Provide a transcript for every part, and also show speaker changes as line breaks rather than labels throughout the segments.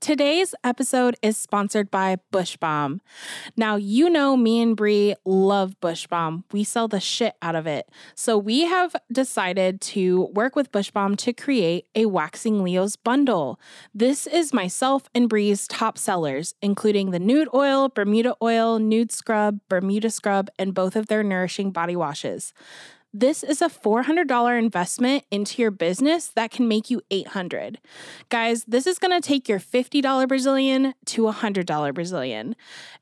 Today's episode is sponsored by Bush Bomb. Now, you know me and Bree love Bush Bomb. We sell the shit out of it. So we have decided to work with Bush Bomb to create a Waxing Leos bundle. This is myself and Bree's top sellers, including the nude oil, Bermuda oil, nude scrub, Bermuda scrub, and both of their nourishing body washes. This is a $400 investment into your business that can make you 800. Guys, this is going to take your $50 Brazilian to $100 Brazilian.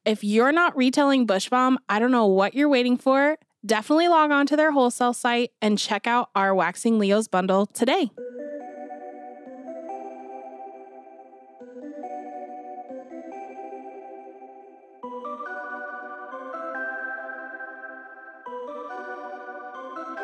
If you're not retailing Bush Bomb, I don't know what you're waiting for. Definitely log on to their wholesale site and check out our Waxing Leo's bundle today.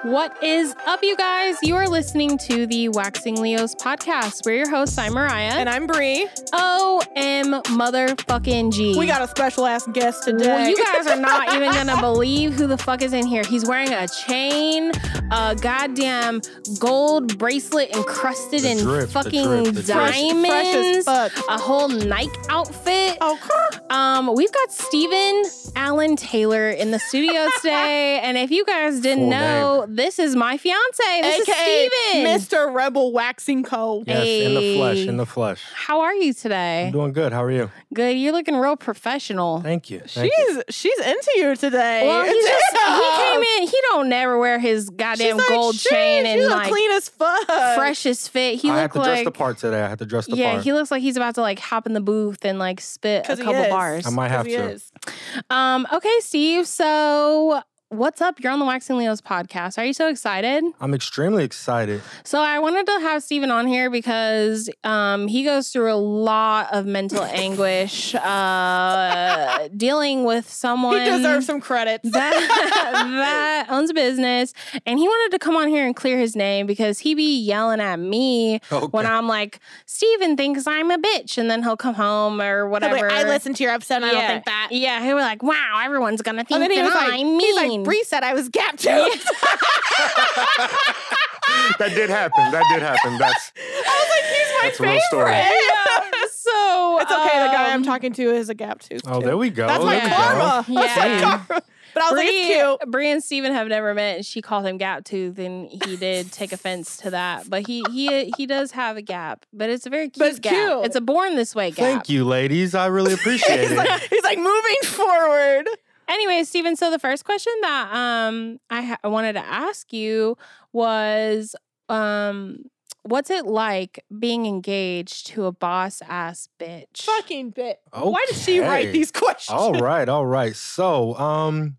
What is up, you guys? You are listening to the Waxing Leos podcast. We're your hosts. I'm Mariah.
And I'm Bree.
O M motherfucking G.
We got a special ass guest today.
Well, you guys are not even gonna believe who the fuck is in here. He's wearing a chain, a goddamn gold bracelet encrusted
The
in
drip, the
fucking
drip, the drip. Fresh-
diamonds,
fresh as fuck.
a whole Nike outfit.
Oh, crap.
Um, we've got Steven Allen Taylor in the studio today, and if you guys didn't
Full
know, this is my fiance. This
AKA
is Steven.
Mr. Rebel Waxing Co.
Yes, in the flesh,
Hey.
in the flesh.
How are you today?
I'm doing good. How are you?
Good. You're looking real professional.
Thank you. Thank you.
She's she's into you today.
Well, he, just, he came
Damn.
in. He don't never wear his
She's
goddamn
like,
gold
"Shit,
chain
you
and
look
like
clean as fuck.
fresh as fit. He
I have
looked
to dress
like
the part today. I have to dress the
yeah,
part.
he looks like he's about to like hop in the booth and like spit a
'Cause he
couple
is.
bars.
I might have
Yes, he
to.
is.
Um, okay, Steve. So what's up? You're on the Waxing Leos podcast. Are you so excited?
I'm extremely excited.
So I wanted to have Steven on here because um, he goes through a lot of mental anguish uh, dealing with
He
someone.
deserves some credits.
that that owns a business and he wanted to come on here and clear his name because he be yelling at me
Okay.
when I'm like, Steven thinks I'm a bitch, and then he'll come home or
He'll be
whatever.
like, I listened to your episode and
yeah.
I don't think that.
Yeah, he'll be like, wow, everyone's gonna think
And then he
that
was like,
I'm mean.
he's like, Bree said I was gap toothed.
that did happen. That did happen. That's
I was like, he's
That's a
my
real story.
favorite.
Yeah, so
It's okay. the guy I'm
um,
talking to is a gap tooth.
oh,
too.
there we go.
That's my
there we Go.
karma. That's my
Yeah.
karma. But I was like, it's
Bree,
cute.
Bree and Steven have never met, and she called him gap tooth, and he did take offense to that. But he he he does have a gap, but it's a very cute
But it's
gap.
cute.
It's a born this way gap.
Thank you, ladies. I really appreciate
He's like,
it.
he's like moving forward.
Anyway, Steven, so the first question that um I, ha- I wanted to ask you was um what's it like being engaged to a boss ass bitch?
Fucking bit. Why did she write
Okay.
these questions?
All right, all right. So, um,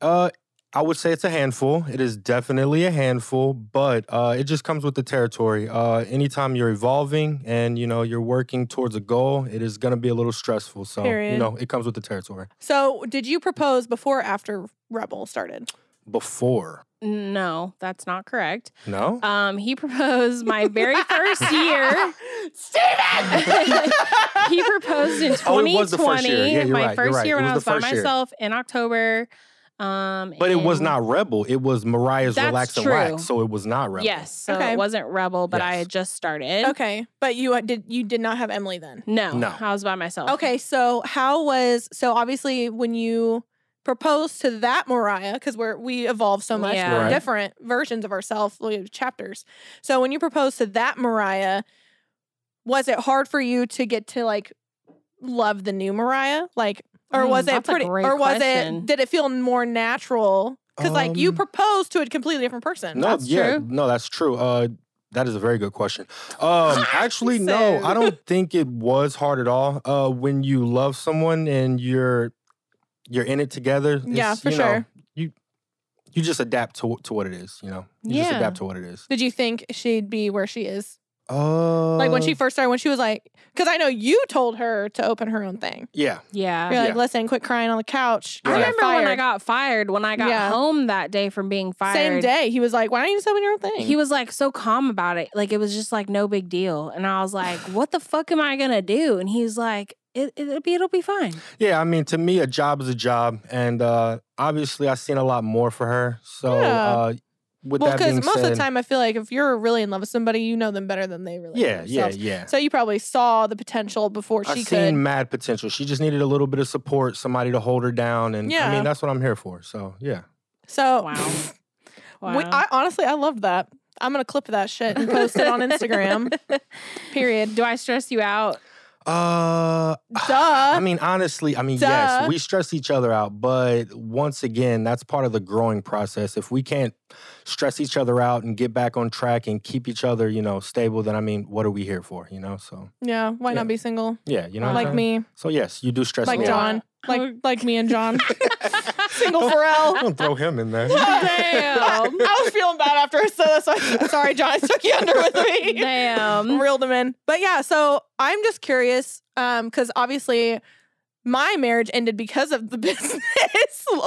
uh, I would say it's a handful. It is definitely a handful, but uh, it just comes with the territory. Uh, anytime you're evolving and you know you're working towards a goal, it is gonna be a little stressful. So
Period.
you know it comes with the territory.
So, did you propose before or after Rebel started?
Before,
No, that's not correct.
no,
Um he proposed my very first year.
Steven!
He proposed in 2020,
Oh, it was the first year. Yeah, you're
my
right, you're
first
right.
year
It
when I was
was the
by
first year.
myself in October. Um
but it was
and-
not Rebel. It was Mariah's
That's
Relax and
true.
Wax, so it was not Rebel.
Yes, so
Okay.
it wasn't Rebel, but I
Yes.
had just started.
okay, but you uh, did you did not have Emily then.
No,
No.
I was by myself.
Okay, so how was so obviously when you proposed to that Mariah because we're we evolve so much,
Yeah.
we're
Right.
different versions of ourselves, we have chapters. So when you proposed to that Mariah, was it hard for you to get to like love the new Mariah, like? Or
Mm,
was it
that's a
pretty?
great
Or was
question.
it? Did it feel more natural? Because like you
Um,
proposed to a completely different person.
No,
That's
yeah,
true.
no, that's true. Uh, that is a very good question. Um, actually, no, I don't think it was hard at all. Uh, when you love someone and you're you're in it together,
Yeah,
it's,
for
you know,
sure.
you you just adapt to to what it is. You know, you just
Yeah.
adapt to what it is.
Did you think she'd be where she is?
Uh,
Like when she first started, when she was like, because I know you told her to open her own thing.
yeah,
Yeah.
You're like,
Yeah.
listen, quit crying on the couch.
I
Right.
remember when I got fired, when I got
Yeah.
home that day from being fired.
Same day, he was like, why don't you just open your own thing?
He was like so calm about it. Like it was just like no big deal. And I was like, what the fuck am I going to do? And he's like, it, it, will be, it'll be fine.
yeah. I mean, to me, a job is a job, and uh, obviously, I've seen a lot more for her. So,
Yeah.
uh, with
well,
that being
because most
said,
of the time, I feel like if you're really in love with somebody, you know them better than they really. know
yeah, yeah,
themselves.
yeah.
So you probably saw the potential before
I've
she
seen
could.
mad potential. She just needed a little bit of support, somebody to hold her down, and I
Yeah.
mean that's what I'm here for. So yeah,
So
Wow. Wow.
we, I honestly, I love that. I'm gonna clip that shit and post it on Instagram. Period.
Do I stress you out?
uh,
Duh.
I mean honestly, I mean
duh.
yes, we stress each other out, but once again, that's part of the growing process. If we can't stress each other out and get back on track and keep each other, you know, stable, then I mean, what are we here for? You know, so
yeah. Why
Yeah.
not be single?
yeah, you know, what I'm
like
saying?
me,
So yes, you do stress
like
me out.
John, like like me and John, single Pharrell.
Don't throw him in there.
Damn.
I was feeling bad after I said that. So I, sorry, John, I took you under with me.
Damn.
reeled him in. Um, But yeah, so I'm just curious because obviously my marriage ended because of the business.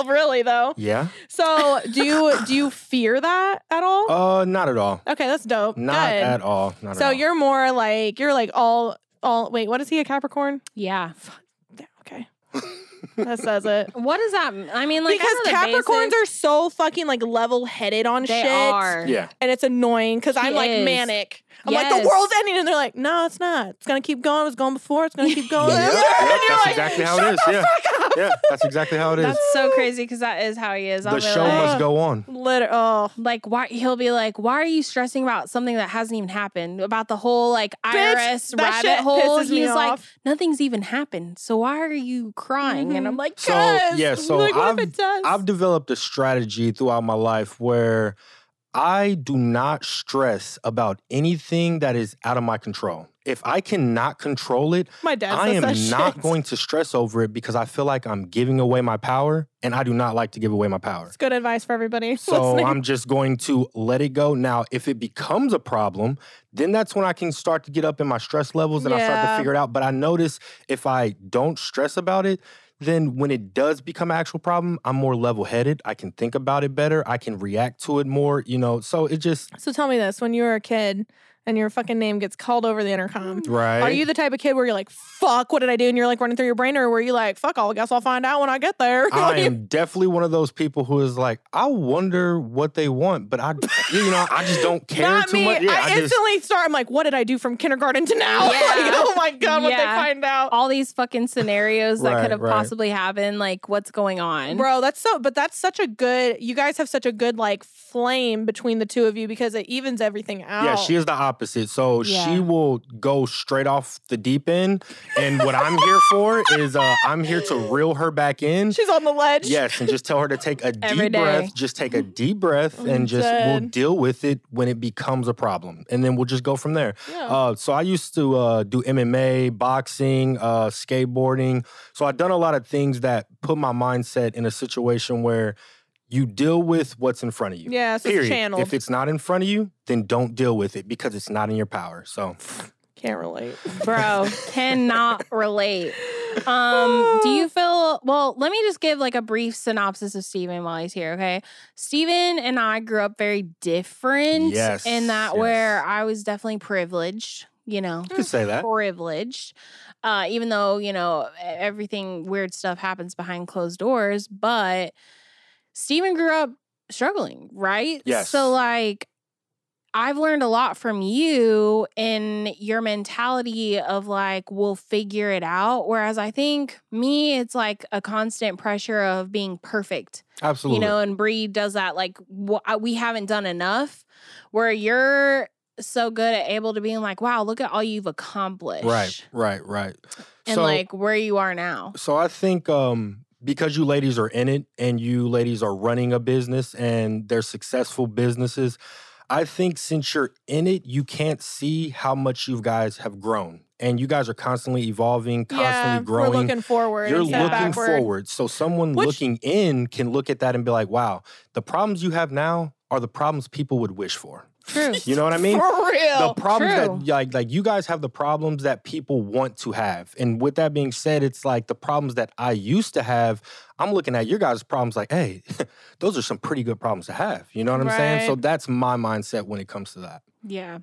really though,
yeah.
so do you do you fear that at all?
Uh, not at all.
okay, that's dope.
Not
Good.
at all. Not
So
at all.
you're more like you're like all all. Wait, what is he a Capricorn?
Yeah.
Yeah, okay, that says it.
What does that mean? I mean, like,
because
I know the
Capricorns
basics.
are so fucking like level headed on
They
shit.
are.
yeah.
and it's annoying because I'm
He
like
is.
manic. I'm like
Yes.
the world's ending, and they're like, "No, it's not. It's gonna keep going. It was going before. It's gonna keep going."
Yeah,
and
yep,
you're
yep, that's
like,
exactly how
"Shut
it is.
the
Yeah, yeah, that's exactly how it is.
That's so crazy because that is how he is. I'll
the
be
show
like,
must go on.
Liter- oh,
like why he'll be like, why are you stressing about something that hasn't even happened? About the whole like
Bitch,
IRS
that
rabbit
shit
hole.
pisses
He's
me
like,
off.
nothing's even happened. So why are you crying? And
Mm-hmm.
I'm like,
So,
"Cuz."
yeah, so
like, what
I've-
if it does?
I've developed a strategy throughout my life where I do not stress about anything that is out of my control. If I cannot control it,
my dad.
I
says
am
that
not
shit.
going to stress over it because I feel like I'm giving away my power, and I do not like to give away my power.
It's good advice for everybody.
So
listening.
I'm just going to let it go. Now, if it becomes a problem, then that's when I can start to get up in my stress levels and I start to
Yeah.
figure it out. But I notice if I don't stress about it, then when it does become an actual problem, I'm more level headed. I can think about it better. I can react to it more, you know. So it just
so tell me this: when you were a kid and your fucking name gets called over the intercom.
right.
Are you the type of kid where you're like, fuck, what did I do? And you're like running through your brain, or were you like, fuck, I'll guess I'll find out when I get there?
I
Like,
am definitely one of those people who is like, I wonder what they want, but I, you know, I just don't care
Not
too
me.
much. Yeah,
I,
I, just,
instantly start. I'm like, what did I do from kindergarten to now?
Yeah.
Like, oh my god, what they
Yeah.
find out.
all these fucking scenarios that
Right,
could have
right.
possibly happened. Like, what's going on?
Bro, that's so, but that's such a good, you guys have such a good like flame between the two of you because it evens everything out.
Yeah, she is the opposite. So
Yeah.
she will go straight off the deep end. And what I'm here for is uh, I'm here to reel her back in.
She's on the ledge.
Yes, and just tell her to take a
Every
deep
day.
breath. Just take a deep breath and just we'll
dead.
deal with it when it becomes a problem. And then we'll just go from there.
Oh.
Yeah.
Uh, so I used to uh, do MMA, boxing, uh, skateboarding. So I've done a lot of things that put my mindset in a situation where you deal with what's in front of you.
yeah, so it's
Period.
channeled.
If it's not in front of you, then don't deal with it because it's not in your power. So
Can't relate.
bro cannot relate um do you feel well let me just give like a brief synopsis of steven while he's here okay steven and i grew up very different
Yes,
in that
yes.
where i was definitely privileged you know
you could say that.
privileged uh even though you know e- everything weird stuff happens behind closed doors but steven grew up struggling right
Yes.
so like i've learned a lot from you in your mentality of like we'll figure it out whereas i think me it's like a constant pressure of being perfect
Absolutely.
Mm-hmm. you know, and Bree does that. Like wh- I- we haven't done enough. Where you're so good at able to being like, wow, look at all you've accomplished,
right, right, right.
And like where you are now.
So I think um, because you ladies are in it and you ladies are running a business and they're successful businesses, I think since you're in it, you can't see how much you guys have grown. And you guys are constantly evolving, constantly
yeah,
growing.
we're looking forward.
You're
instead
looking
of backward.
forward. So someone
Which-
looking in can look at that and be like, wow, the problems you have now are the problems people would wish for.
True.
You know what I mean?
For
the
real.
problems
True.
that like like you guys have the problems that people want to have and with that being said it's like the problems that i used to have i'm looking at your guys problems like hey those are some pretty good problems to have you know what i'm saying so
Right.
that's my mindset when it comes to that
Yeah.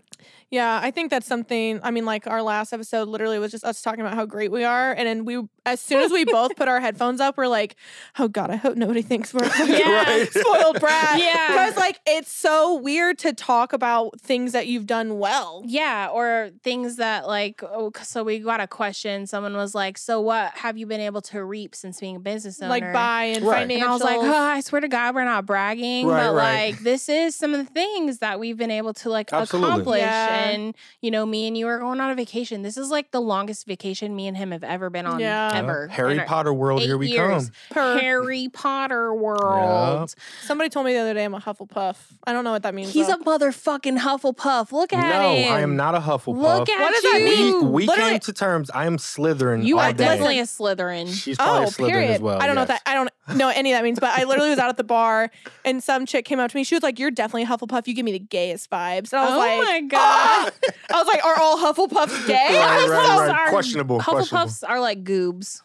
Yeah, I think that's something. I mean, like our last episode literally was just us talking about how great we are. And then we, as soon as we both put our headphones up, we're like, oh God, I hope nobody thinks we're a fucking
Yeah.
spoiled brat.
Yeah.
Because, like, it's so weird to talk about things that you've done well.
Yeah, or things that like oh, c- so we got a question. Someone was like, "So what have you been able to reap since being a business owner?"
Like, buy and
Right.
financial.
and I was like, "Oh, I swear to God, we're not bragging,
Right,
but
right.
like this is some of the things that we've been able to like
Absolutely.
accomplish."
Yeah.
And you know, me and you are going on a vacation. This is like the longest vacation me and him have ever been on
Yeah. Yeah.
ever.
Harry
in our-
Potter world,
eight
here we
years.
come.
Per-
Harry Potter world.
Somebody told me the other day I'm a Hufflepuff. I don't know what that means.
He's
though.
a motherfucking Hufflepuff. Look
No,
at him.
I am not a Hufflepuff.
Look at
What does that
you.
mean?
We, we
Literally-
came to terms. I am Slytherin.
You
all
are Oh,
day.
definitely a Slytherin.
She's probably a Slytherin
Oh, period.
as well.
I don't know what
yes.
that I don't know what any of that means, but I literally was out at the bar and some chick came up to me. She was like, You're definitely a Hufflepuff, you give me the gayest vibes. And I was
Oh
like,
my God.
"Ah!" I was like, Are all Hufflepuffs gay? I
Right,
was
right,
so
right.
sorry.
Questionable, questionable.
Hufflepuffs are like goobs.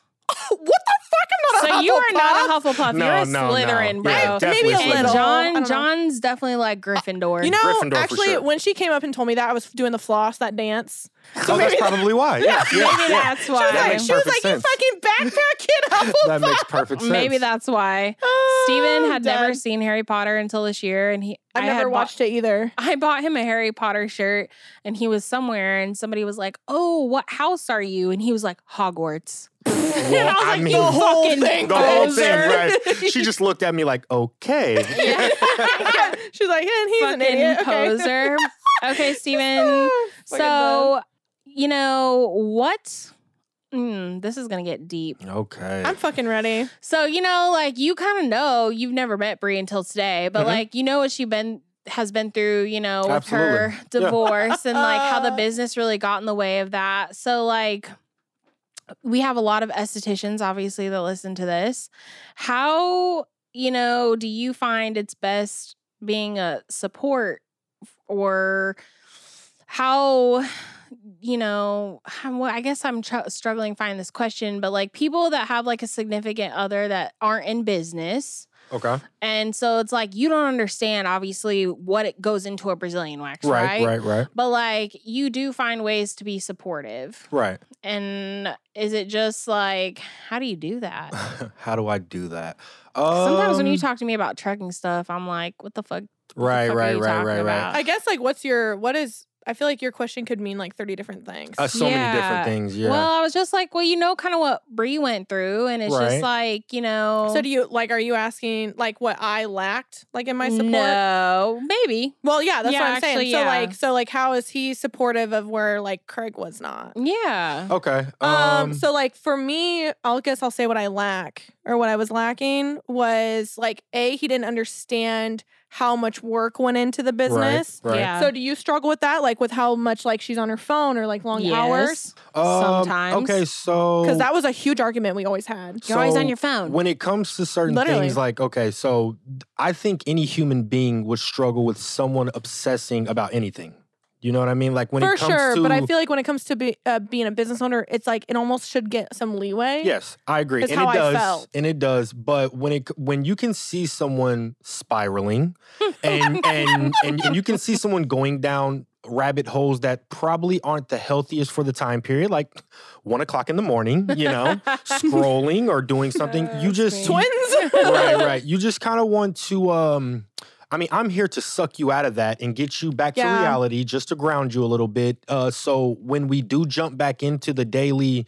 What the fuck? I'm not a
So you are
Hufflepuff.
not a Hufflepuff.
No,
You're a
no, no.
Slytherin, bro.
Yeah,
Maybe
definitely
a
Slytherin.
and
little. I don't
John,
know.
John's definitely like Gryffindor.
You know,
Gryffindor for
actually,
sure.
when she came up and told me that, I was doing the floss, that dance.
Oh, that's probably why. Yeah, yeah,
maybe
yeah.
that's
She was
That
like,
why.
makes
she was like
perfect
You
sense.
fucking backpack kid Hufflepuff.
That makes perfect sense.
Maybe that's why. Steven had never seen Harry Potter until this year, and he
I've
I had
never
bought-
watched it either.
I bought him a Harry Potter shirt, and he was somewhere, and somebody was like, "Oh, what house are you?" And he was like, "Hogwarts."
Well,
and I was like,
mean,
"You
The whole
fucking
thing,
the whole
loser."
thing, right? She just looked at me like, okay.
Yeah.
She's like, and he's an
fucking
idiot. Okay.
poser. okay, Steven.
Ah, fucking dumb.
so, you know what? Mm, this is gonna get deep.
Okay.
I'm fucking ready.
So, you know, like you kind of know you've never met Brie until today, but
Mhm.
like you know what she been has been through, you know, with her
Absolutely. Yeah.
divorce and like how the business really got in the way of that. So like we have a lot of estheticians obviously that listen to this. How, you know, do you find it's best being a support or how you know how- well, i guess i'm tr- struggling to find this question but like people that have like a significant other that aren't in business
okay.
and so it's like you don't understand obviously what it goes into a brazilian wax right,
Right, right, right,
but like you do find ways to be supportive
right.
and is it just like how do you do that
How do I do that?
sometimes when you
Um,
talk to me about trucking stuff i'm like what the fuck
right,
fuck are
right,
you
right,
talking
right,
about?
right.
I guess like, what's your what is? I feel like your question could mean like thirty different things.
Uh, so many
Yeah.
different things. Yeah.
Well, I was just like, well, you know, kind of what Brie went through, and it's just
Right.
like, you know,
so do you like? Are you asking like what I lacked like in my support?
No, maybe.
Well, yeah, that's
Yeah,
what I'm saying.
actually,
so
yeah.
like, so like, how is he supportive of where like Craig was not?
Yeah.
okay. Um,
Um, so like for me, I'll guess I'll say what I lack or what I was lacking was like a he didn't understand how much work went into the business.
Oh, Right, right.
Yeah.
So do you struggle with that, like with how much like she's on her phone or like long hours?
Yes.
Um,
sometimes.
Okay, so
Because that was a huge argument we always had.
You're always on
so
your phone.
When it comes to certain
Literally.
things, like, okay, so th- I think any human being would struggle with someone obsessing about anything. You know what I mean? Like when
For
it comes
sure,
to
but I feel like when it comes to be, uh, being a business owner, it's like it almost should get some leeway.
Yes, I agree.
It's
and
how I
it does.
felt.
And it does. But when it when you can see someone spiraling
Oh
and and, and and you can see someone going down rabbit holes that probably aren't the healthiest for the time period, like one o'clock in the morning, you know, scrolling or doing something. You just
Twin-
twins.
right, right. You just kind of want to um I mean, I'm here to suck you out of that and get you back
Yeah.
to reality, just to ground you a little bit. Uh so when we do jump back into the daily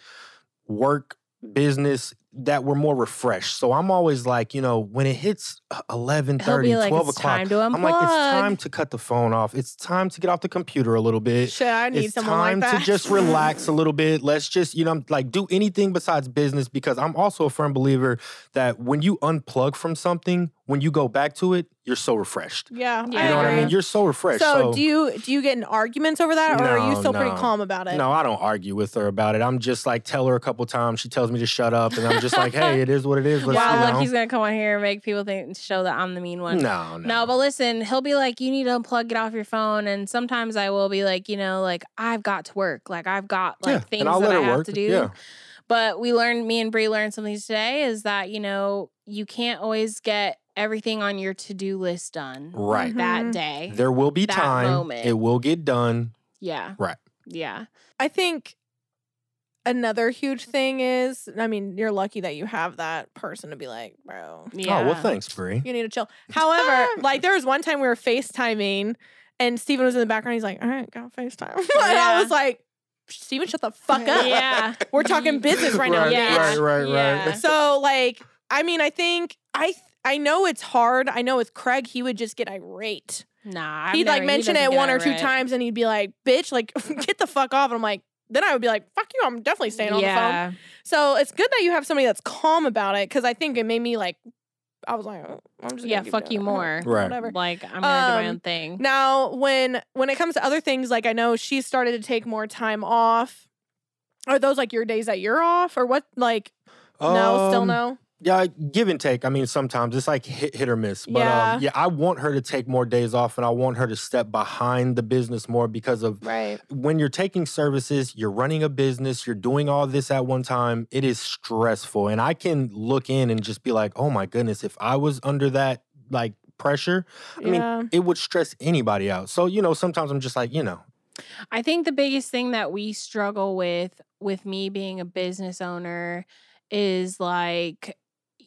work business that we're more refreshed. So I'm always like, you know, when it hits e, 11,
He'll be like,
12
it's
o'clock,
time to unplug.
I'm like, it's time to cut the phone off. It's time to get off the computer a little bit
Shit, I need
it's
someone
time
like that
to just relax a little bit. Let's just, you know, I'm like do anything besides business because I'm also a firm believer that when you unplug from something, when you go back to it, you're so refreshed.
Yeah,
You
You know what I
agree.
mean? You're so refreshed.
so,
So,
do you do you get in arguments over that, or are you
No,
still pretty
no.
calm about it?
no, I don't argue with her about it. I'm just like tell her a couple times. She tells me to shut up, and I'm just like, hey, it is what it is. Let's,
wow,
you
look,
know.
he's gonna come on here and make people think show that I'm the mean one.
no, no,
No, but listen, he'll be like, you need to unplug, get off your phone. And sometimes I will be like, you know, like I've got to work. Like I've got like
yeah,
things
and I'll
that
let
I
her
have
work.
to do.
Yeah,
But we learned, me and Brie learned something today is that, you know, you can't always get everything on your to do list done
Right.
that
Mhm.
day.
There will be
That
time.
moment.
It will get done.
yeah.
Right. Oh,
Yeah.
I think another huge thing is, I mean, you're lucky that you have that person to be like, bro,
Yeah.
Oh, well, thanks, Bree.
you need to chill. However, like there was one time we were FaceTiming and Steven was in the background. He's like, all right, got FaceTime. and
Yeah.
I was like, Steven, shut the fuck up.
Yeah.
We're talking business right now.
Right,
Yeah.
bitch.
right, right,
Yeah.
right.
So like, I mean, I think I th- I know it's hard. I know with Craig, he would just get irate.
Nah. I've
he'd
never-
like
he
mention
doesn't
it
get
one or two
right.
times, and he'd be like, "Bitch, like get the fuck off." And I'm like, then I would be like, "Fuck you, I'm definitely staying on the phone."
yeah.
So it's good that you have somebody that's calm about it because I think it made me like, I was like, oh, "I'm just gonna
Yeah,
keep
fuck
doing
you
it. I don't-
more.
Right.
whatever."
Like I'm gonna do my
Um,
own thing.
Now, when when it comes to other things, like I know she started to take more time off. Are those like your days that you're off, or what? Like no, still
Um,
no.
Yeah, give and take. I mean, sometimes it's like hit, hit or miss. But
Yeah.
um, yeah, I want her to take more days off and I want her to step behind the business more because of
Right.
when you're taking services, you're running a business, you're doing all this at one time, it is stressful. And I can look in and just be like, oh my goodness, if I was under that like pressure, I mean,
yeah.
it would stress anybody out. So, you know, sometimes I'm just like, you know,
I think the biggest thing that we struggle with, with me being a business owner, is like e,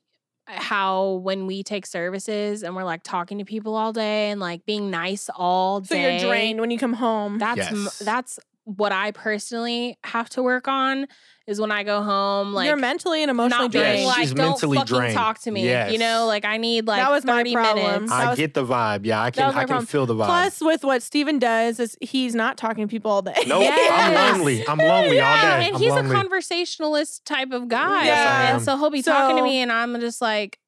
how when we take services and we're like talking to people all day and like being nice all
So
day.
you're drained when you come home.
That's m-
Yes.
that's what I personally have to work on is when I go home, like
You're mentally and emotionally
not
drained.
being
Yes,
like,
she's
don't
mentally
fucking
drained.
talk to me. You know,
Yes.
like I need like
That was my
30
problem.
minutes.
That
I
was-
get the vibe. Yeah, I can
was my
I can
problem.
feel the vibe.
Plus, with what Steven does is he's not talking to people all day.
nope,
Yes.
I'm lonely. I'm lonely all
Yeah,
day.
and
I'm
he's
lonely.
a conversationalist type of guy.
Yes,
I
And
am.
so he'll be talking to
So-
me and I'm just like,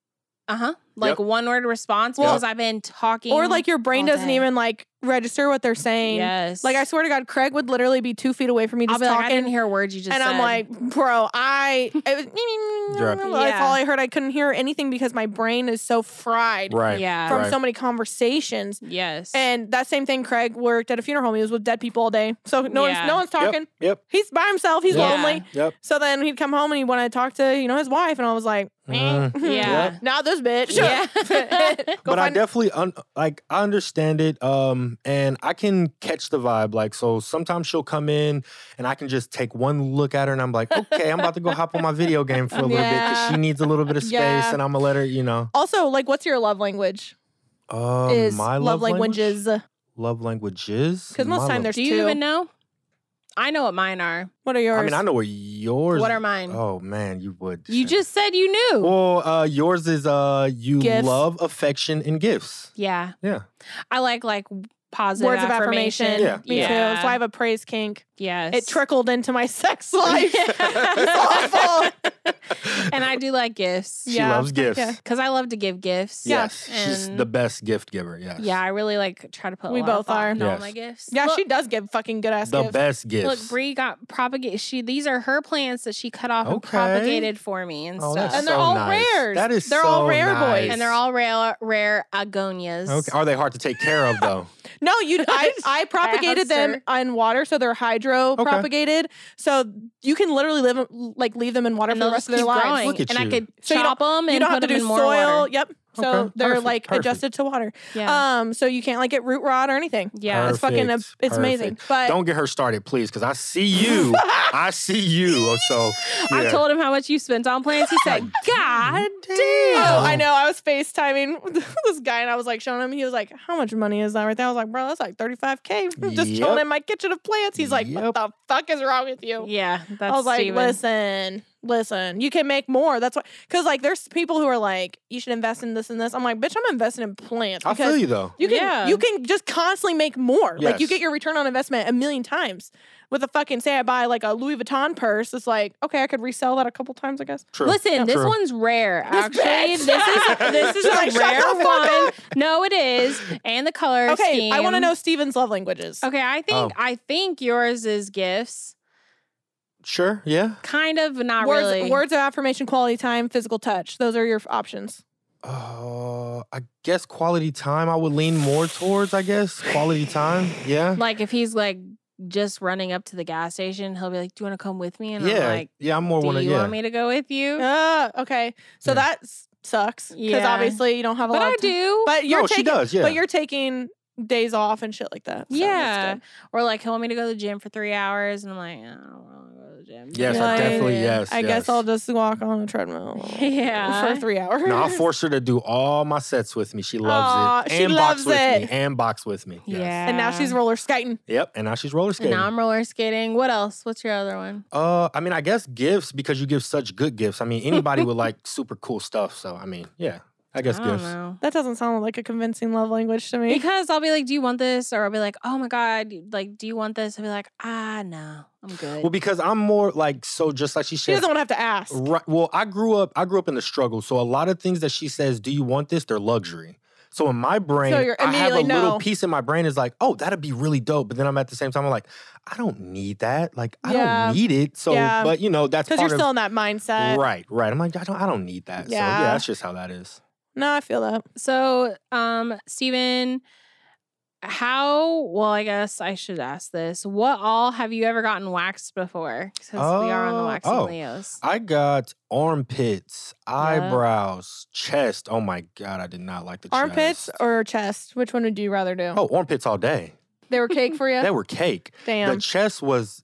uh-huh. Like one word response
Well-
because I've been talking.
or like your brain
all
doesn't
day.
even like register what they're saying.
yes.
Like I swear to God, Craig would literally be two feet away from me
I'll
just
be like, I
talking.
didn't hear a word you just
and
said.
I'm like, bro, I it was,
Right.
that's
Yeah.
all I heard. I couldn't hear anything because my brain is so fried
right.
Yeah.
from
Right.
so many conversations.
yes.
And that same thing, Craig worked at a funeral home. He was with dead people all day. So no
Yeah.
one's no one's talking.
Yep. Yep.
He's by himself. He's
Yeah.
lonely.
Yep.
So then he'd come home and he wanted to talk to, you know, his wife. And I was like, eh,
Mm.
Mm-hmm. Yeah.
Yep.
not this bitch.
Yeah.
Go
but I
find-
definitely un- like I understand it, um, and I can catch the vibe. Like, so sometimes she'll come in, and I can just take one look at her, and I'm like, okay, I'm about to go hop on my video game for a little bit. 'cause She
Yeah.
needs a little bit of space,
Yeah.
and I'm gonna let her, you know.
also, like, what's your love language?
Um,
is
my
love, languages.
Love languages.
Because most
My
time
love-
there's
Do you
two.
even know? I know what mine are.
what are yours?
I mean, I know what yours.
What are mine?
Oh man, you would.
You
say.
just said you knew.
Well, uh, yours is uh, you
Gifts.
love affection and gifts.
yeah.
Yeah.
I like like positive
Words of affirmation.
Yeah.
Me too. So I have a praise kink.
yes.
It trickled into my sex life. it's awful.
and I do like gifts
She
Yeah.
loves gifts.
Yeah.
because I love to give gifts.
Yes, she's
And-
the best gift giver. Yes.
Yeah, I really like try to put.
We
a lot of
both
thought
are.
into all
Yes.
my gifts.
Yeah,
look,
she does give fucking good ass
the
gifts.
best gifts.
Look, Brie got propagate. She these are her plants that she cut off and
Okay.
propagated for me and
Oh,
stuff.
that's
And they're
so
all
nice.
rares.
That is
They're all
so
rare boys.
nice.
And they're all rare, rare agonias.
Okay. Are they hard to take care of though?
No, you. I, I propagated them on water, so they're hydro
Okay.
propagated. So you can literally live like leave them in water
And
for
they'll
the rest
just
of their
keep
lives.
growing.
Look at
and I
you.
could
So you don't-
chop them and
you don't
put
have to
them
do
in more
soil.
water.
Yep. So
Okay,
they're
perfect,
like
perfect.
adjusted to water.
Yeah,
Um. So you can't like get root rot or anything.
yeah.
It's fucking. A, it's
Perfect,
amazing. But
Don't get her started, please, because I see you. I see you. Oh, So
I
yeah.
told him how much you spent on plants. He said, "God
Mm,
damn."
Oh, I
Oh.
know. I was FaceTiming this guy and I was like showing him. He was like, How much money is that right there? I was like, Bro, that's like 35K. Just
Yep.
showing him my kitchen of plants. He's like,
Yep.
What the fuck is wrong with you?
Yeah, that's
I was like,
Steven.
Listen, listen, you can make more. That's why. Because like, there's people who are like, You should invest in this and this. I'm like, Bitch, I'm investing in plants.
I
Because
feel you though.
You can
Yeah.
you can just constantly make more. Like you
Yes.
get your return on investment a million times. With a fucking say I buy like a Louis Vuitton purse, it's like, okay, I could resell that a couple times, I guess.
True.
Listen, this
True.
one's rare.
This
Actually,
bitch.
this is this is
She's
a
like, "Shut
rare
the fuck
one. No, it is, and the color
Okay, I want to
scheme.
know Steven's love languages.
Okay, I think
Oh.
I think yours is gifts,
Sure. Yeah.
kind of, but not
words,
really.
words of affirmation, quality time, physical touch. Those are your f- options.
Uh, I guess quality time. I would lean more towards. I guess quality time. Yeah.
Like if he's like just running up to the gas station, he'll be like, "Do you want to come with me?" And
yeah.
Oh,
I'm like,
yeah. I'm more
"Do
one of
you
yeah.
want me to go with you?"
Ah, Uh, okay. So
Yeah.
that's sucks because
Yeah.
obviously you don't have a
But
lot.
I
of time.
do.
But you're
no, she
taking,
does. Yeah.
but you're taking days off and shit like that. so that's
yeah.
good.
Or like he'll want me to go to the gym for three hours and I'm like, I don't want to go to the gym.
yes,
Like,
I definitely yes.
I
yes.
guess I'll just walk on a treadmill.
Yeah.
for three hours.
No, I force her to do all my sets with me. She loves
Aw,
it.
she
And box
loves
with me.
it.
And box with me. Yes.
Yeah.
and now she's roller skating.
Yep. And now she's roller
And
skating.
now I'm roller skating. What else? What's your other one?
uh, I mean, I guess gifts because you give such good gifts. I mean, anybody would like super cool stuff. So I mean, yeah, I guess
I don't
gifts.
know.
That doesn't sound like a convincing love language to me.
Because I'll be like, "Do you want this?" Or I'll be like, "Oh my god, like, do you want this?" I'll be like, "Ah, no, I'm good."
Well, because I'm more like so, just like she
She
said.
doesn't want to have to ask.
Right. Well, I grew up. I grew up in the struggle. So a lot of things that she says, "Do you want this?" They're luxury. So in my brain,
you're
I have a
immediately
little
no.
piece in my brain is like, "Oh, that'd be really dope," but then I'm at the same time, I'm like, "I don't need that. Like, I
Yeah.
don't need it." So,
Yeah.
but you know, that's
Because
part
you're
of
still in that mindset.
right, right. I'm like, I don't, I don't need that. So
Yeah.
yeah, that's just how that is.
No, I feel that.
So, um, Steven, how well, I guess I should ask this. What all have you ever gotten waxed before? Because we are on the
Oh,
waxing
oh.
Leos.
I got armpits, eyebrows, chest. Oh my god, I did not like the
Armpits
chest.
or chest? Which one would you rather do?
Oh, armpits all day.
They were cake for you?
They were cake. The
Damn.
chest was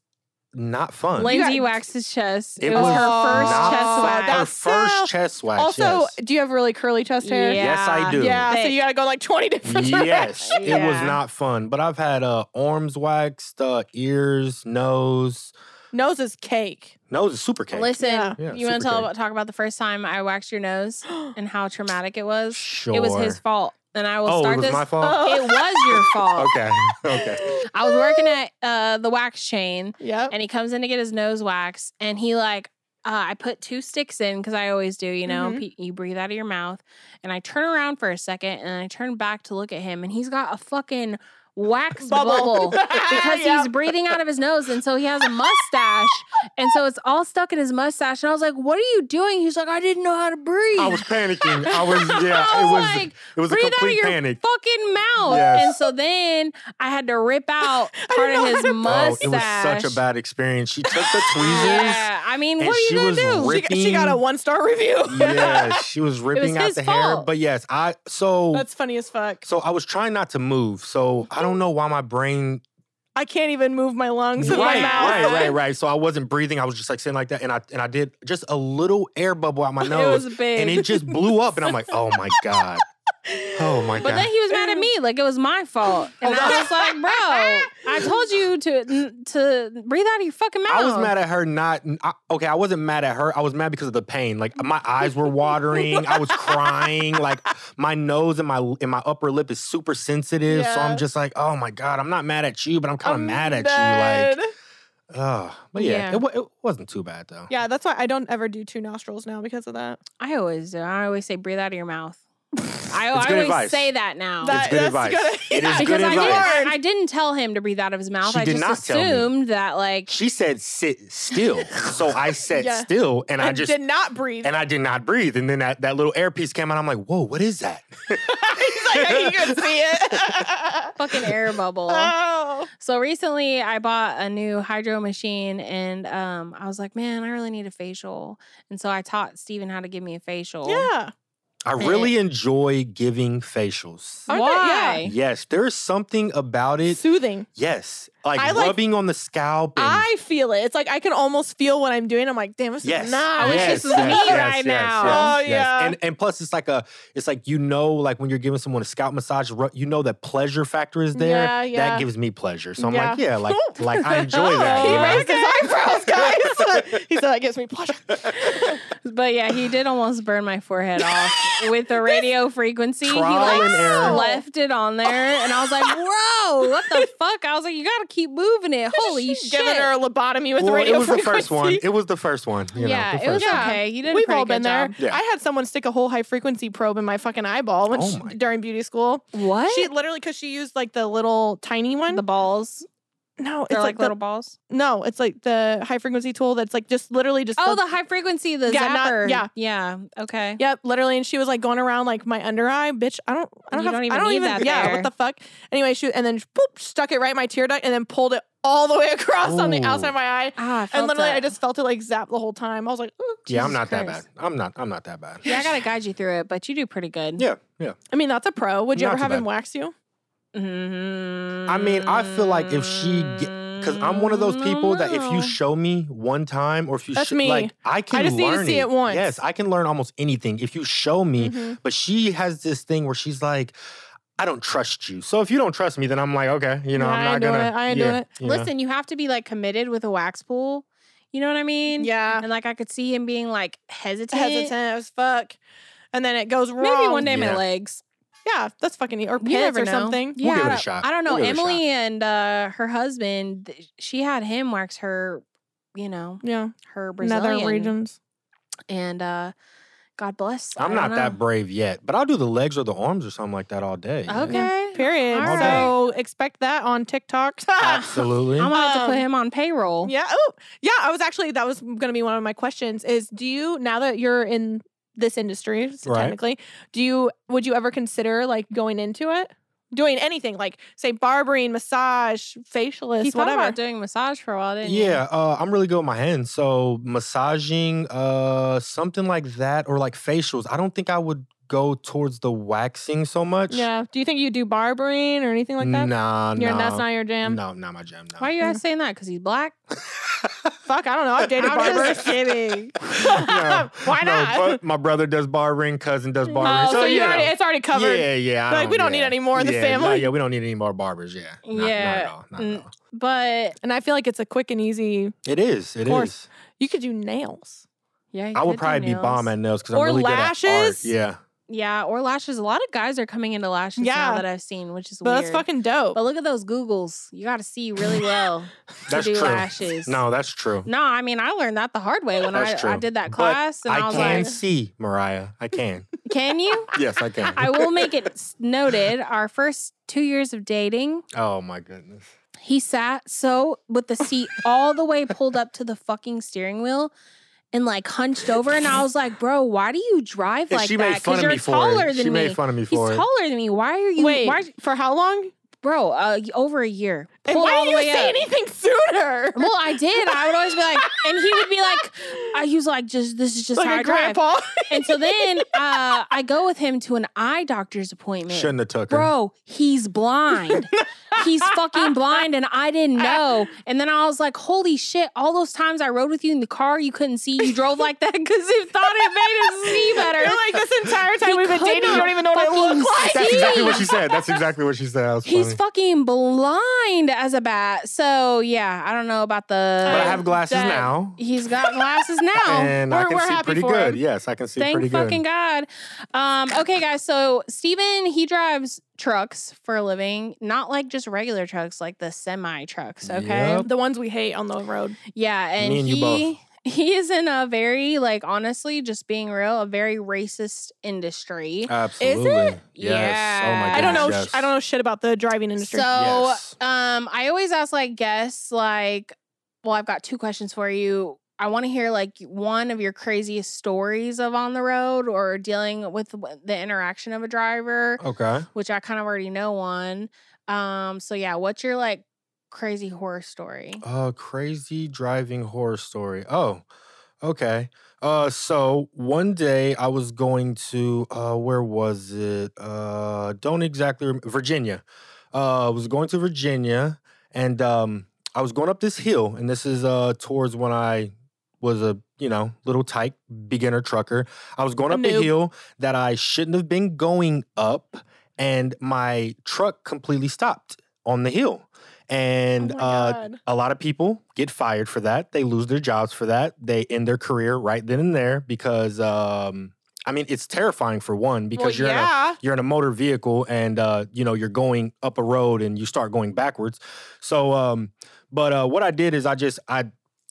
not fun.
Lindsay
got-
waxed his chest. It,
It
was,
was
her first
not
chest
fun.
wax.
Her
That's
first
so-
chest wax.
also,
yes.
do you have really curly chest hair?
Yes, I do.
Yeah, so
Thick.
you gotta go like 20 different
yes,
directions.
it was
Yeah.
not fun. But I've had uh, arms waxed, uh, ears, nose.
Nose is cake.
Nose is super cake.
Listen,
Yeah.
Yeah,
you want to
super
tell
cake.
about talk about the first time I waxed your nose and how traumatic it was?
sure.
It was his fault, and I will
oh,
start
it was
this.
my fault.
It was your fault.
Okay, okay.
I was working at uh, the wax chain,
Yep.
and he comes in to get his nose waxed, and he like. Uh, I put two sticks in because I always do, you know,
Mhm.
pe- you breathe out of your mouth. And I turn around for a second and I turn back to look at him, and he's got a fucking wax bubble because
Yep.
he's breathing out of his nose and so he has a mustache and so it's all stuck in his mustache and i was like what are you doing he's like i didn't know how to breathe
I was panicking. I was yeah.
I
it
was
was
like,
it was a
Oh breathe out of
complete
your
panic.
fucking mouth
Yes.
and so then i had to rip out
I
part of
didn't know
his
how to-
Oh,
mustache
it was such a bad experience. She took the tweezers.
yeah i mean
and
what are
she
you gonna
was
do
She, got- she got a one star review.
yeah, she was ripping out
his
the hair.
fault.
But yes, I so
That's funny as fuck.
so I was trying not to move. So I don't know why my brain
I can't even move my lungs
right,
and my mouth.
right, right, right. So I wasn't breathing. I was just like sitting like that, and I and I did just a little air bubble out my
it
nose,
was big
and it just blew up. And I'm like, oh my god, oh my
but
god.
then he was mad at me, like it was my fault,
Oh,
and I was like, "Bro, I told you to to breathe out of your fucking mouth."
I was mad at her. Not I, okay. I wasn't mad at her. I was mad because of the pain. Like my eyes were watering. I was crying. Like my nose and my and my upper lip is super sensitive. So
Yeah.
I'm just like, oh my god, I'm not mad at you, but I'm kind of
I'm
mad at you. Like,
dead.
oh, but yeah,
Yeah.
It, wa- it wasn't too bad though.
yeah, that's why I don't ever do two nostrils now because of that.
I always do. I always say, breathe out of your mouth. I, I
It's good
always
advice.
say that now.
That-
It's good
that's
advice.
good-
It
Because
is good
because I,
advice.
didn't,
advice.
I didn't tell him to breathe out of his mouth.
She
I
did
just
not tell me.
assumed that, like,
She said, sit still. so I said
Yeah.
still, and I just
did not breathe.
and I did not breathe. And then that that little air piece came out. I'm like, whoa, what is that?
He's like, you can see it.
fucking air bubble.
oh.
so recently I bought a new hydro machine and um, I was like, man, I really need a facial. And so I taught Steven how to give me a facial.
Yeah.
I really enjoy giving facials.
Aren't they- yeah.
Why?
Yes, there's something about it.
Soothing.
Yes, like
I like-
rubbing on the scalp. And,
I feel it. It's like I can almost feel what I'm doing. I'm like, damn, this
yes,
is nice.
wish
yes,
this was
yes,
me
yes,
right
yes,
now.
yes,
Oh,
yes.
yeah.
and and plus it's like a, it's like you know, like when you're giving someone a scalp massage, ru- you know that pleasure factor is there.
Yeah, yeah.
That gives me pleasure. So I'm like,
Yeah.
yeah, like like I enjoy
Oh,
that.
he
you know?
raised his eyebrows, guys. he said that gives me pleasure.
But yeah, he did almost burn my forehead off with the radio frequency. He
Trial
like
and error.
left it on there, and I was like, "Whoa, what the fuck?" I was like, "You gotta keep moving it." Holy
She's
shit!
Giving her a lobotomy with
Well,
radio
it was the first one.
frequency.
It was the first one. you know,
yeah,
the
it was
first one.
okay. You did. a
We've
pretty
all been
good
there.
job.
Yeah.
I had someone stick a whole high frequency probe in my fucking eyeball when
Oh
she-
my-
during beauty school.
What?
She literally because she used like the little tiny one.
the balls.
no, it's
They're
like,
like,
the,
little balls.
no, it's like the high frequency tool that's like just literally just
Oh,
the-
the high frequency, the
Yeah, not-
zapper.
yeah.
yeah. Okay.
Yep, literally, and she was like going around like my under eye, bitch. I don't, I don't
You
have,
don't
I
even
don't
need
even,
that
yeah,
there.
what the fuck? Anyway, she and then boop, stuck it right in my tear duct, and then pulled it all the way across on the
Ooh.
outside of my eye.
Ah, I
And
felt
literally,
it.
I just felt it like zap the whole time. I was like, "Ooh."
yeah, I'm
Jesus
not that
Christ.
bad. I'm not. I'm not that bad.
Yeah, I gotta guide you through it, but you do pretty good.
Yeah, yeah.
I mean, that's a pro. Would you
Not
ever
too
have him
bad.
wax you?
Mm-hmm.
I mean, I feel like if she get- Because I'm one of those people that if
Mm-hmm.
you show me one time or if you
Mm, That's
sho-
me.
like I can
just need to
learn
see it once.
Yes, I can learn almost anything if you show me.
Mm-hmm.
Mhm.
But she has this thing where she's like, I don't trust you. So if you don't trust me, then I'm like, okay, you know,
Yeah,
I'm
I
not
ain't doing
gonna.
it. I ain't
yeah,
doing it.
you know.
Listen, you have to be like committed with a wax pool. You know what I mean?
Yeah.
And like I could see him being like hesitant.
Hesitant as fuck. And then it goes wrong.
Maybe one day my
Yeah.
legs.
yeah, that's fucking neat. Or
You
pins
never
or
know.
something.
Yeah,
We'll
I
give it a
don't-
shot.
I don't know.
We'll give it a shot.
Emily and uh, her husband, th- she had him wax her, you know,
Yeah.
her Brazilian.
Northern regions.
And uh, God bless. I
I'm
don't
not that
know.
brave yet, but I'll do the legs or the arms or something like that all day. yeah.
Okay.
Period.
All
So expect that on TikTok.
Absolutely.
I'm about to put
Um,
him on payroll.
Yeah. Oh, yeah. I was actually that was going to be one of my questions. Is do you now that you're in this industry so
Right.
technically, do you would you ever consider like going into it, doing anything like say barbering, massage, facialist,
He thought
whatever?
about doing massage for a while, didn't he?
Yeah, uh, I'm really good with my hands. So massaging, uh, something like that, or like facials. I don't think I would go towards the waxing so much.
yeah. Do you think you do barbering or anything like that?
Nah,
You're,
nah,
That's not your jam.
No, not my jam. No.
Why are you guys saying that? Because he's black?
Fuck, I don't know. I've dated
I'm
barbers.
just kidding.
No,
Why
no,
not?
but my brother does barbering, cousin does barbering.
Oh, so, you
yeah.
already it's already covered.
Yeah, yeah. I
Like, we don't
yeah.
need any more in the
Yeah,
family.
nah, yeah, we don't need any more barbers. Yeah. Not- Not,
Yeah,
at all. Not at
n-
all.
But
And I feel like it's a quick and easy.
It is. It
course.
is.
You could do nails.
yeah, he
I
could
would
do
probably be
nails.
bomb at nails because I'm
Or
really good at art.
lashes?
Yeah.
Yeah, or lashes. A lot of guys are coming into lashes now
Yeah.
that I've seen, which is
But
weird.
that's fucking dope.
But look at those Googles. You got to see really well
That's
to do
true.
lashes.
No, that's true.
No, I mean I learned that the hard way when
That's
I, I
true.
did that
But
class, and I,
I
was
can
like,
see, Mariah. I can.
"Can you?"
yes, I can.
I will make it s- noted. Our first two years of dating,
Oh my goodness.
he sat so with the seat all the way pulled up to the fucking steering wheel. And like hunched over, and I was like, "Bro, why do you drive
And
like
she
that?
made fun of
you're
me for
taller
it.
than
she
me.
made fun of me
He's
for it.
taller than me. Why are you?
Wait,
why,
for how long?
bro? Uh, over a year.
And
Pulled
why
all
didn't
the
you
way
say
up.
anything sooner?
Well, I did. I would always be like, and he would be like, I, he was like, just this is just how I
like a
drive.
grandpa.
And so then uh, I go with him to an eye doctor's appointment.
Shouldn't have took her.
Bro, he's blind. he's fucking blind, and I didn't know. And then I was like, holy shit! All those times I rode with you in the car, you couldn't see. You drove like that because you thought it made us see better.
You're like this entire time
He
we've been
could
dating, you
not
don't even know what it looks
fucking see.
like.
That's exactly what she said. That's exactly what she said. That was
He's
funny.
fucking blind as a bat. So yeah, I don't know about the.
but I have glasses
that-
now.
He's got glasses now.
And I
We're-
can
we're
see
happy
pretty
for
good.
him.
Yes, I can see
Thank
pretty
fucking
good.
God. Um, okay, guys. So Steven, he drives trucks for a living, not like just regular trucks, like the semi trucks. Okay.
Yep.
The ones we hate on the road.
Yeah. And,
Me and you both.
he he is in a very, like honestly, just being real, a very racist industry.
Uh, Absolutely. Yes. Oh my
Yeah.
goodness.
I don't know.
Yes.
I don't know shit about the driving industry.
So
Yes.
um I always ask like guests like well I've got two questions for you. I want to hear like one of your craziest stories of on the road or dealing with the interaction of a driver.
Okay.
which I kind of already know one. Um, so yeah, what's your like crazy horror story?
Uh, crazy driving horror story. Oh, okay. Uh, so one day I was going to uh, where was it? Uh, don't exactly remember. Virginia. Uh, I was going to Virginia, and um, I was going up this hill, and this is uh towards when I was a you know little tyke beginner trucker. I was going
A
up the
noob.
hill that I shouldn't have been going up, and my truck completely stopped on the hill. And
Oh my
uh,
God.
a lot of people get fired for that. They lose their jobs for that. They end their career right then and there because um I mean it's terrifying for one because
well,
you're in a
yeah.
you're in a motor vehicle and uh you know you're going up a road and you start going backwards. So um but uh what I did is I just I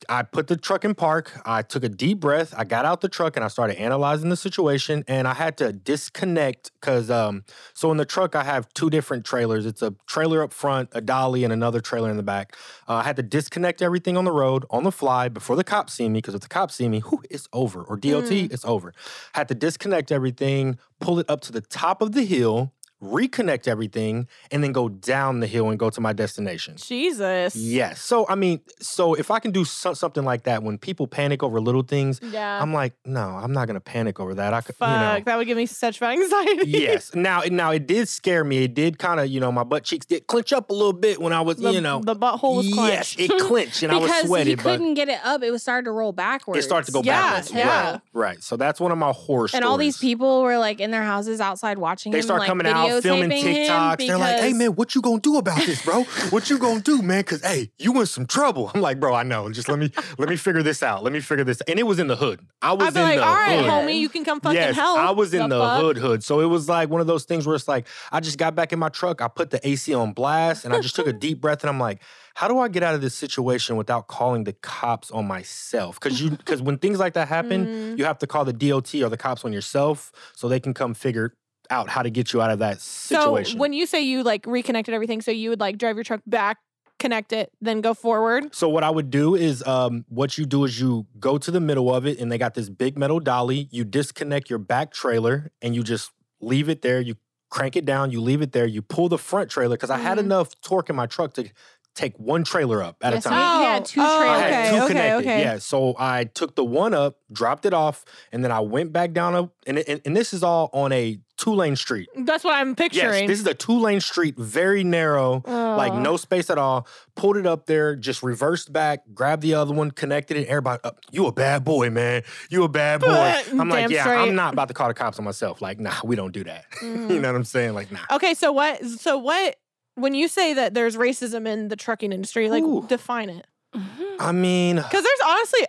I put the truck in park. I took a deep breath. I got out the truck and I started analyzing the situation. And I had to disconnect because, um, so in the truck, I have two different trailers it's a trailer up front, a dolly, and another trailer in the back. Uh, I had to disconnect everything on the road on the fly before the cops see me because if the cops see me, whew, it's over. Or DOT, it's over. had to disconnect everything, pull it up to the top of the hill. reconnect everything, and then go down the hill and go to my destination.
Jesus.
Yes. So I mean, so if I can do so- something like that when people panic over little things,
Yeah.
I'm like, no, I'm not gonna panic over that. I could,
Fuck.
you know.
That would give me such bad anxiety.
yes. Now, now it did scare me. It did kind of, you know, my butt cheeks did clench up a little bit when I was,
The,
you know,
the butthole was
yes,
clenched.
it clenched and I was
because he
sweaty, but
couldn't get it up. It was starting to roll backwards.
it started to go
Yeah,
backwards.
yeah.
Right, right. So that's one of my horror stories.
And all these people were like in their houses outside watching
They
him.
start
like,
coming out, filming
videotaping him
TikToks. They're like, "Hey
because-
man, what you gonna do about this, bro? What you gonna do, man? Cause hey, you in some trouble." I'm like, "Bro, I know. Just let me let me figure this out. Let me figure this." And it was in the hood. I was
I'd be
in
like,
the
all right,
hood.
homie, you can come fucking
yes,
help.
I was in the,
fuck?
hood hood. So it was like one of those things where it's like I just got back in my truck, I put the AC on blast, and I just took a deep breath, and I'm like, how do I get out of this situation without calling the cops on myself? Because you because when things like that happen,
Mm.
you have to call the DOT or the cops on yourself so they can come figure out how to get you out of that situation.
So when you say you like reconnected everything, so you would like drive your truck back, connect it, then go forward.
So what I would do is, um, what you do is you go to the middle of it, and they got this big metal dolly. You disconnect your back trailer, and you just leave it there. You crank it down. You leave it there. You pull the front trailer because I had
Mhm.
enough torque in my truck to take one trailer up at
Yes,
a
we
time.
he had two
oh,
trailers.
I had
Okay,
two
okay,
connected.
okay.
Yeah. So I took the one up, dropped it off, and then I went back down up. And and, and this is all on a two lane street.
That's what I'm picturing.
Yes, this is a two lane street, very narrow like
Oh.
no space at all. Pulled it up there, just reversed back, grabbed the other one, connected it. Everybody, uh, you a bad boy, man. You a bad boy. I'm like,
Damn
yeah,
straight.
I'm not about to call the cops on myself. Like, nah, we don't do that. you
Mhm.
know what I'm saying? Like, nah.
Okay, so what? So what? When you say that there's racism in the trucking industry, like
Ooh.
define it,
Mhm.
I mean,
because there's honestly,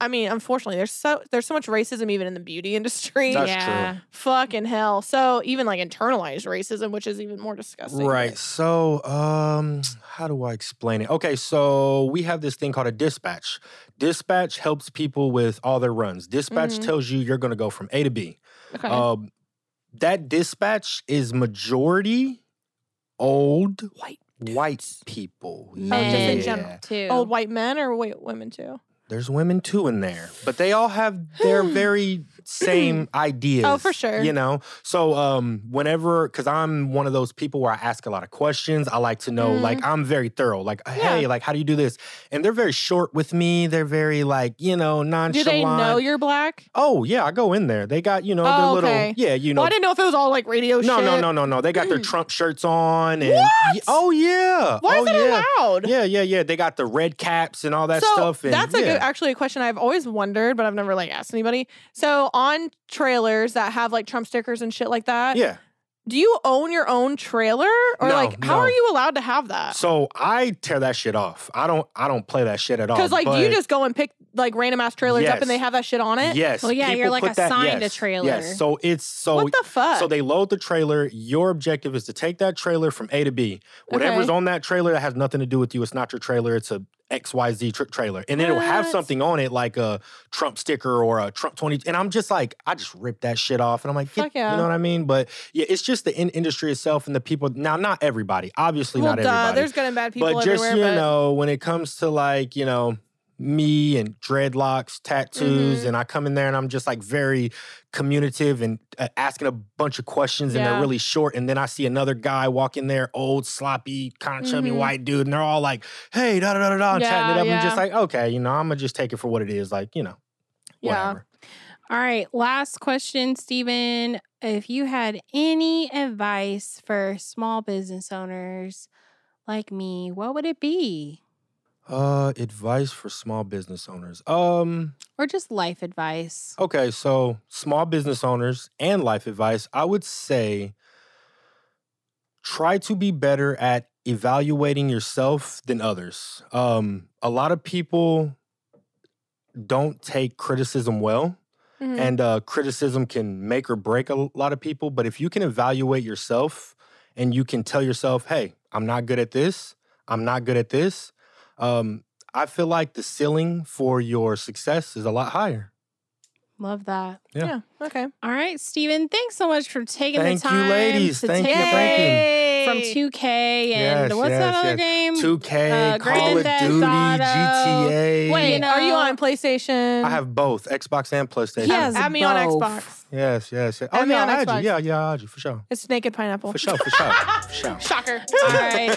I mean, unfortunately, there's so there's so much racism even in the beauty industry.
That's
yeah.
Fucking hell. So even like internalized racism, which is even more disgusting.
right. So, um, how do I explain it? Okay, so we have this thing called a dispatch. Dispatch helps people with all their runs. Dispatch
Mhm.
tells you you're going to go from A to B.
Okay.
Um, that dispatch is majority old white white people.
Men.
Oh, just in general.
Two.
Old white men or white women too?
There's women too in there, but they all have their very same ideas.
Oh, for sure.
You know, so um, whenever because I'm one of those people where I ask a lot of questions, I like to know.
Mhm.
Like I'm very thorough. Like
Yeah.
hey, like how do you do this? And they're very short with me. They're very like you know nonchalant.
Do they know you're black?
oh yeah, I go in there. They got you know their
Oh,
little
okay.
yeah you know
well, I didn't know if it was all like radio
no,
Oh, shit. Mm.
no, no, no, no. They got their Trump shirts on, and Ye- oh yeah,
Why
oh
is it
yeah,
allowed?
yeah, yeah, yeah. They got the red caps and all that
so
stuff. And,
that's a
yeah.
good, actually a question I've always wondered, but I've never like asked anybody. So on trailers that have like Trump stickers and shit like that,
Yeah.
do you own your own trailer or
No,
like how
no.
are you allowed to have that?
So I tear that shit off. I don't. I don't play that shit at all.
Because like do you
but-
just go and pick like random ass trailers up
Yes.
and they have that shit on it.
Yes.
Well, yeah, you're
people
like
put that-
assigned a
yes,
trailer.
Yes. So it's so.
what the fuck?
So they load the trailer. Your objective is to take that trailer from A to B. Whatever's
Okay.
on that trailer that has nothing to do with you. It's not your trailer. It's a XYZ tra- trailer. And then it'll have
What?
something on it like a Trump sticker or a Trump 20. And I'm just like, I just ripped that shit off. And I'm like, get-
Fuck yeah.
you know what I mean? But yeah, it's just the in- industry itself and the people. Now, not everybody. Obviously,
well,
not
duh,
everybody
there's good and bad people
but just
everywhere.
you
but
know when it comes to like you know me and dreadlocks tattoos
Mhm.
and i come in there and i'm just like very communicative and uh, asking a bunch of questions and
Yeah.
they're really short and then i see another guy walk in there old sloppy kind of chubby
Mhm.
white dude and they're all like hey da da da da da and chatting it
Yeah,
up and just
yeah.
like okay you know i'm gonna just take it for what it is like you know
Yeah.
whatever
All right. Last question, Stephen. If you had any advice for small business owners like me, what would it be?
uh advice for small business owners um
Or just life advice?
Okay, so small business owners and life advice, I would say try to be better at evaluating yourself than others. Um, a lot of people don't take criticism well,
Mhm.
and uh, criticism can make or break a lot of people. But if you can evaluate yourself and you can tell yourself, hey, I'm not good at this, I'm not good at this, um, I feel like the ceiling for your success is a lot higher.
Love that.
Yeah.
Okay.
All right, Steven, thanks so much for taking
Thank
the
you,
time.
ladies.
To
Thank
take
you,
a
thank
break
you.
Yay.
from 2K and
Yes,
what's that
yes,
other
yes.
game?
2K,
Uh,
Call of
Grand Theft
Duty,
Auto.
GTA.
Wait,
Wait,
you
are you
know-
on PlayStation?
I have both Xbox and PlayStation.
Yes.
Add me on
both.
Xbox.
Yes, yes. yes. Oh,
Add me
yeah,
on
I had
Xbox.
you. Yeah, yeah, I had you, for sure.
It's Naked Pineapple.
For sure, for sure. for sure.
Shocker.
All right,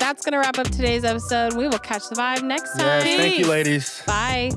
that's going to wrap up today's episode. We will catch the vibe next time.
Yes, thank you, ladies.
Bye.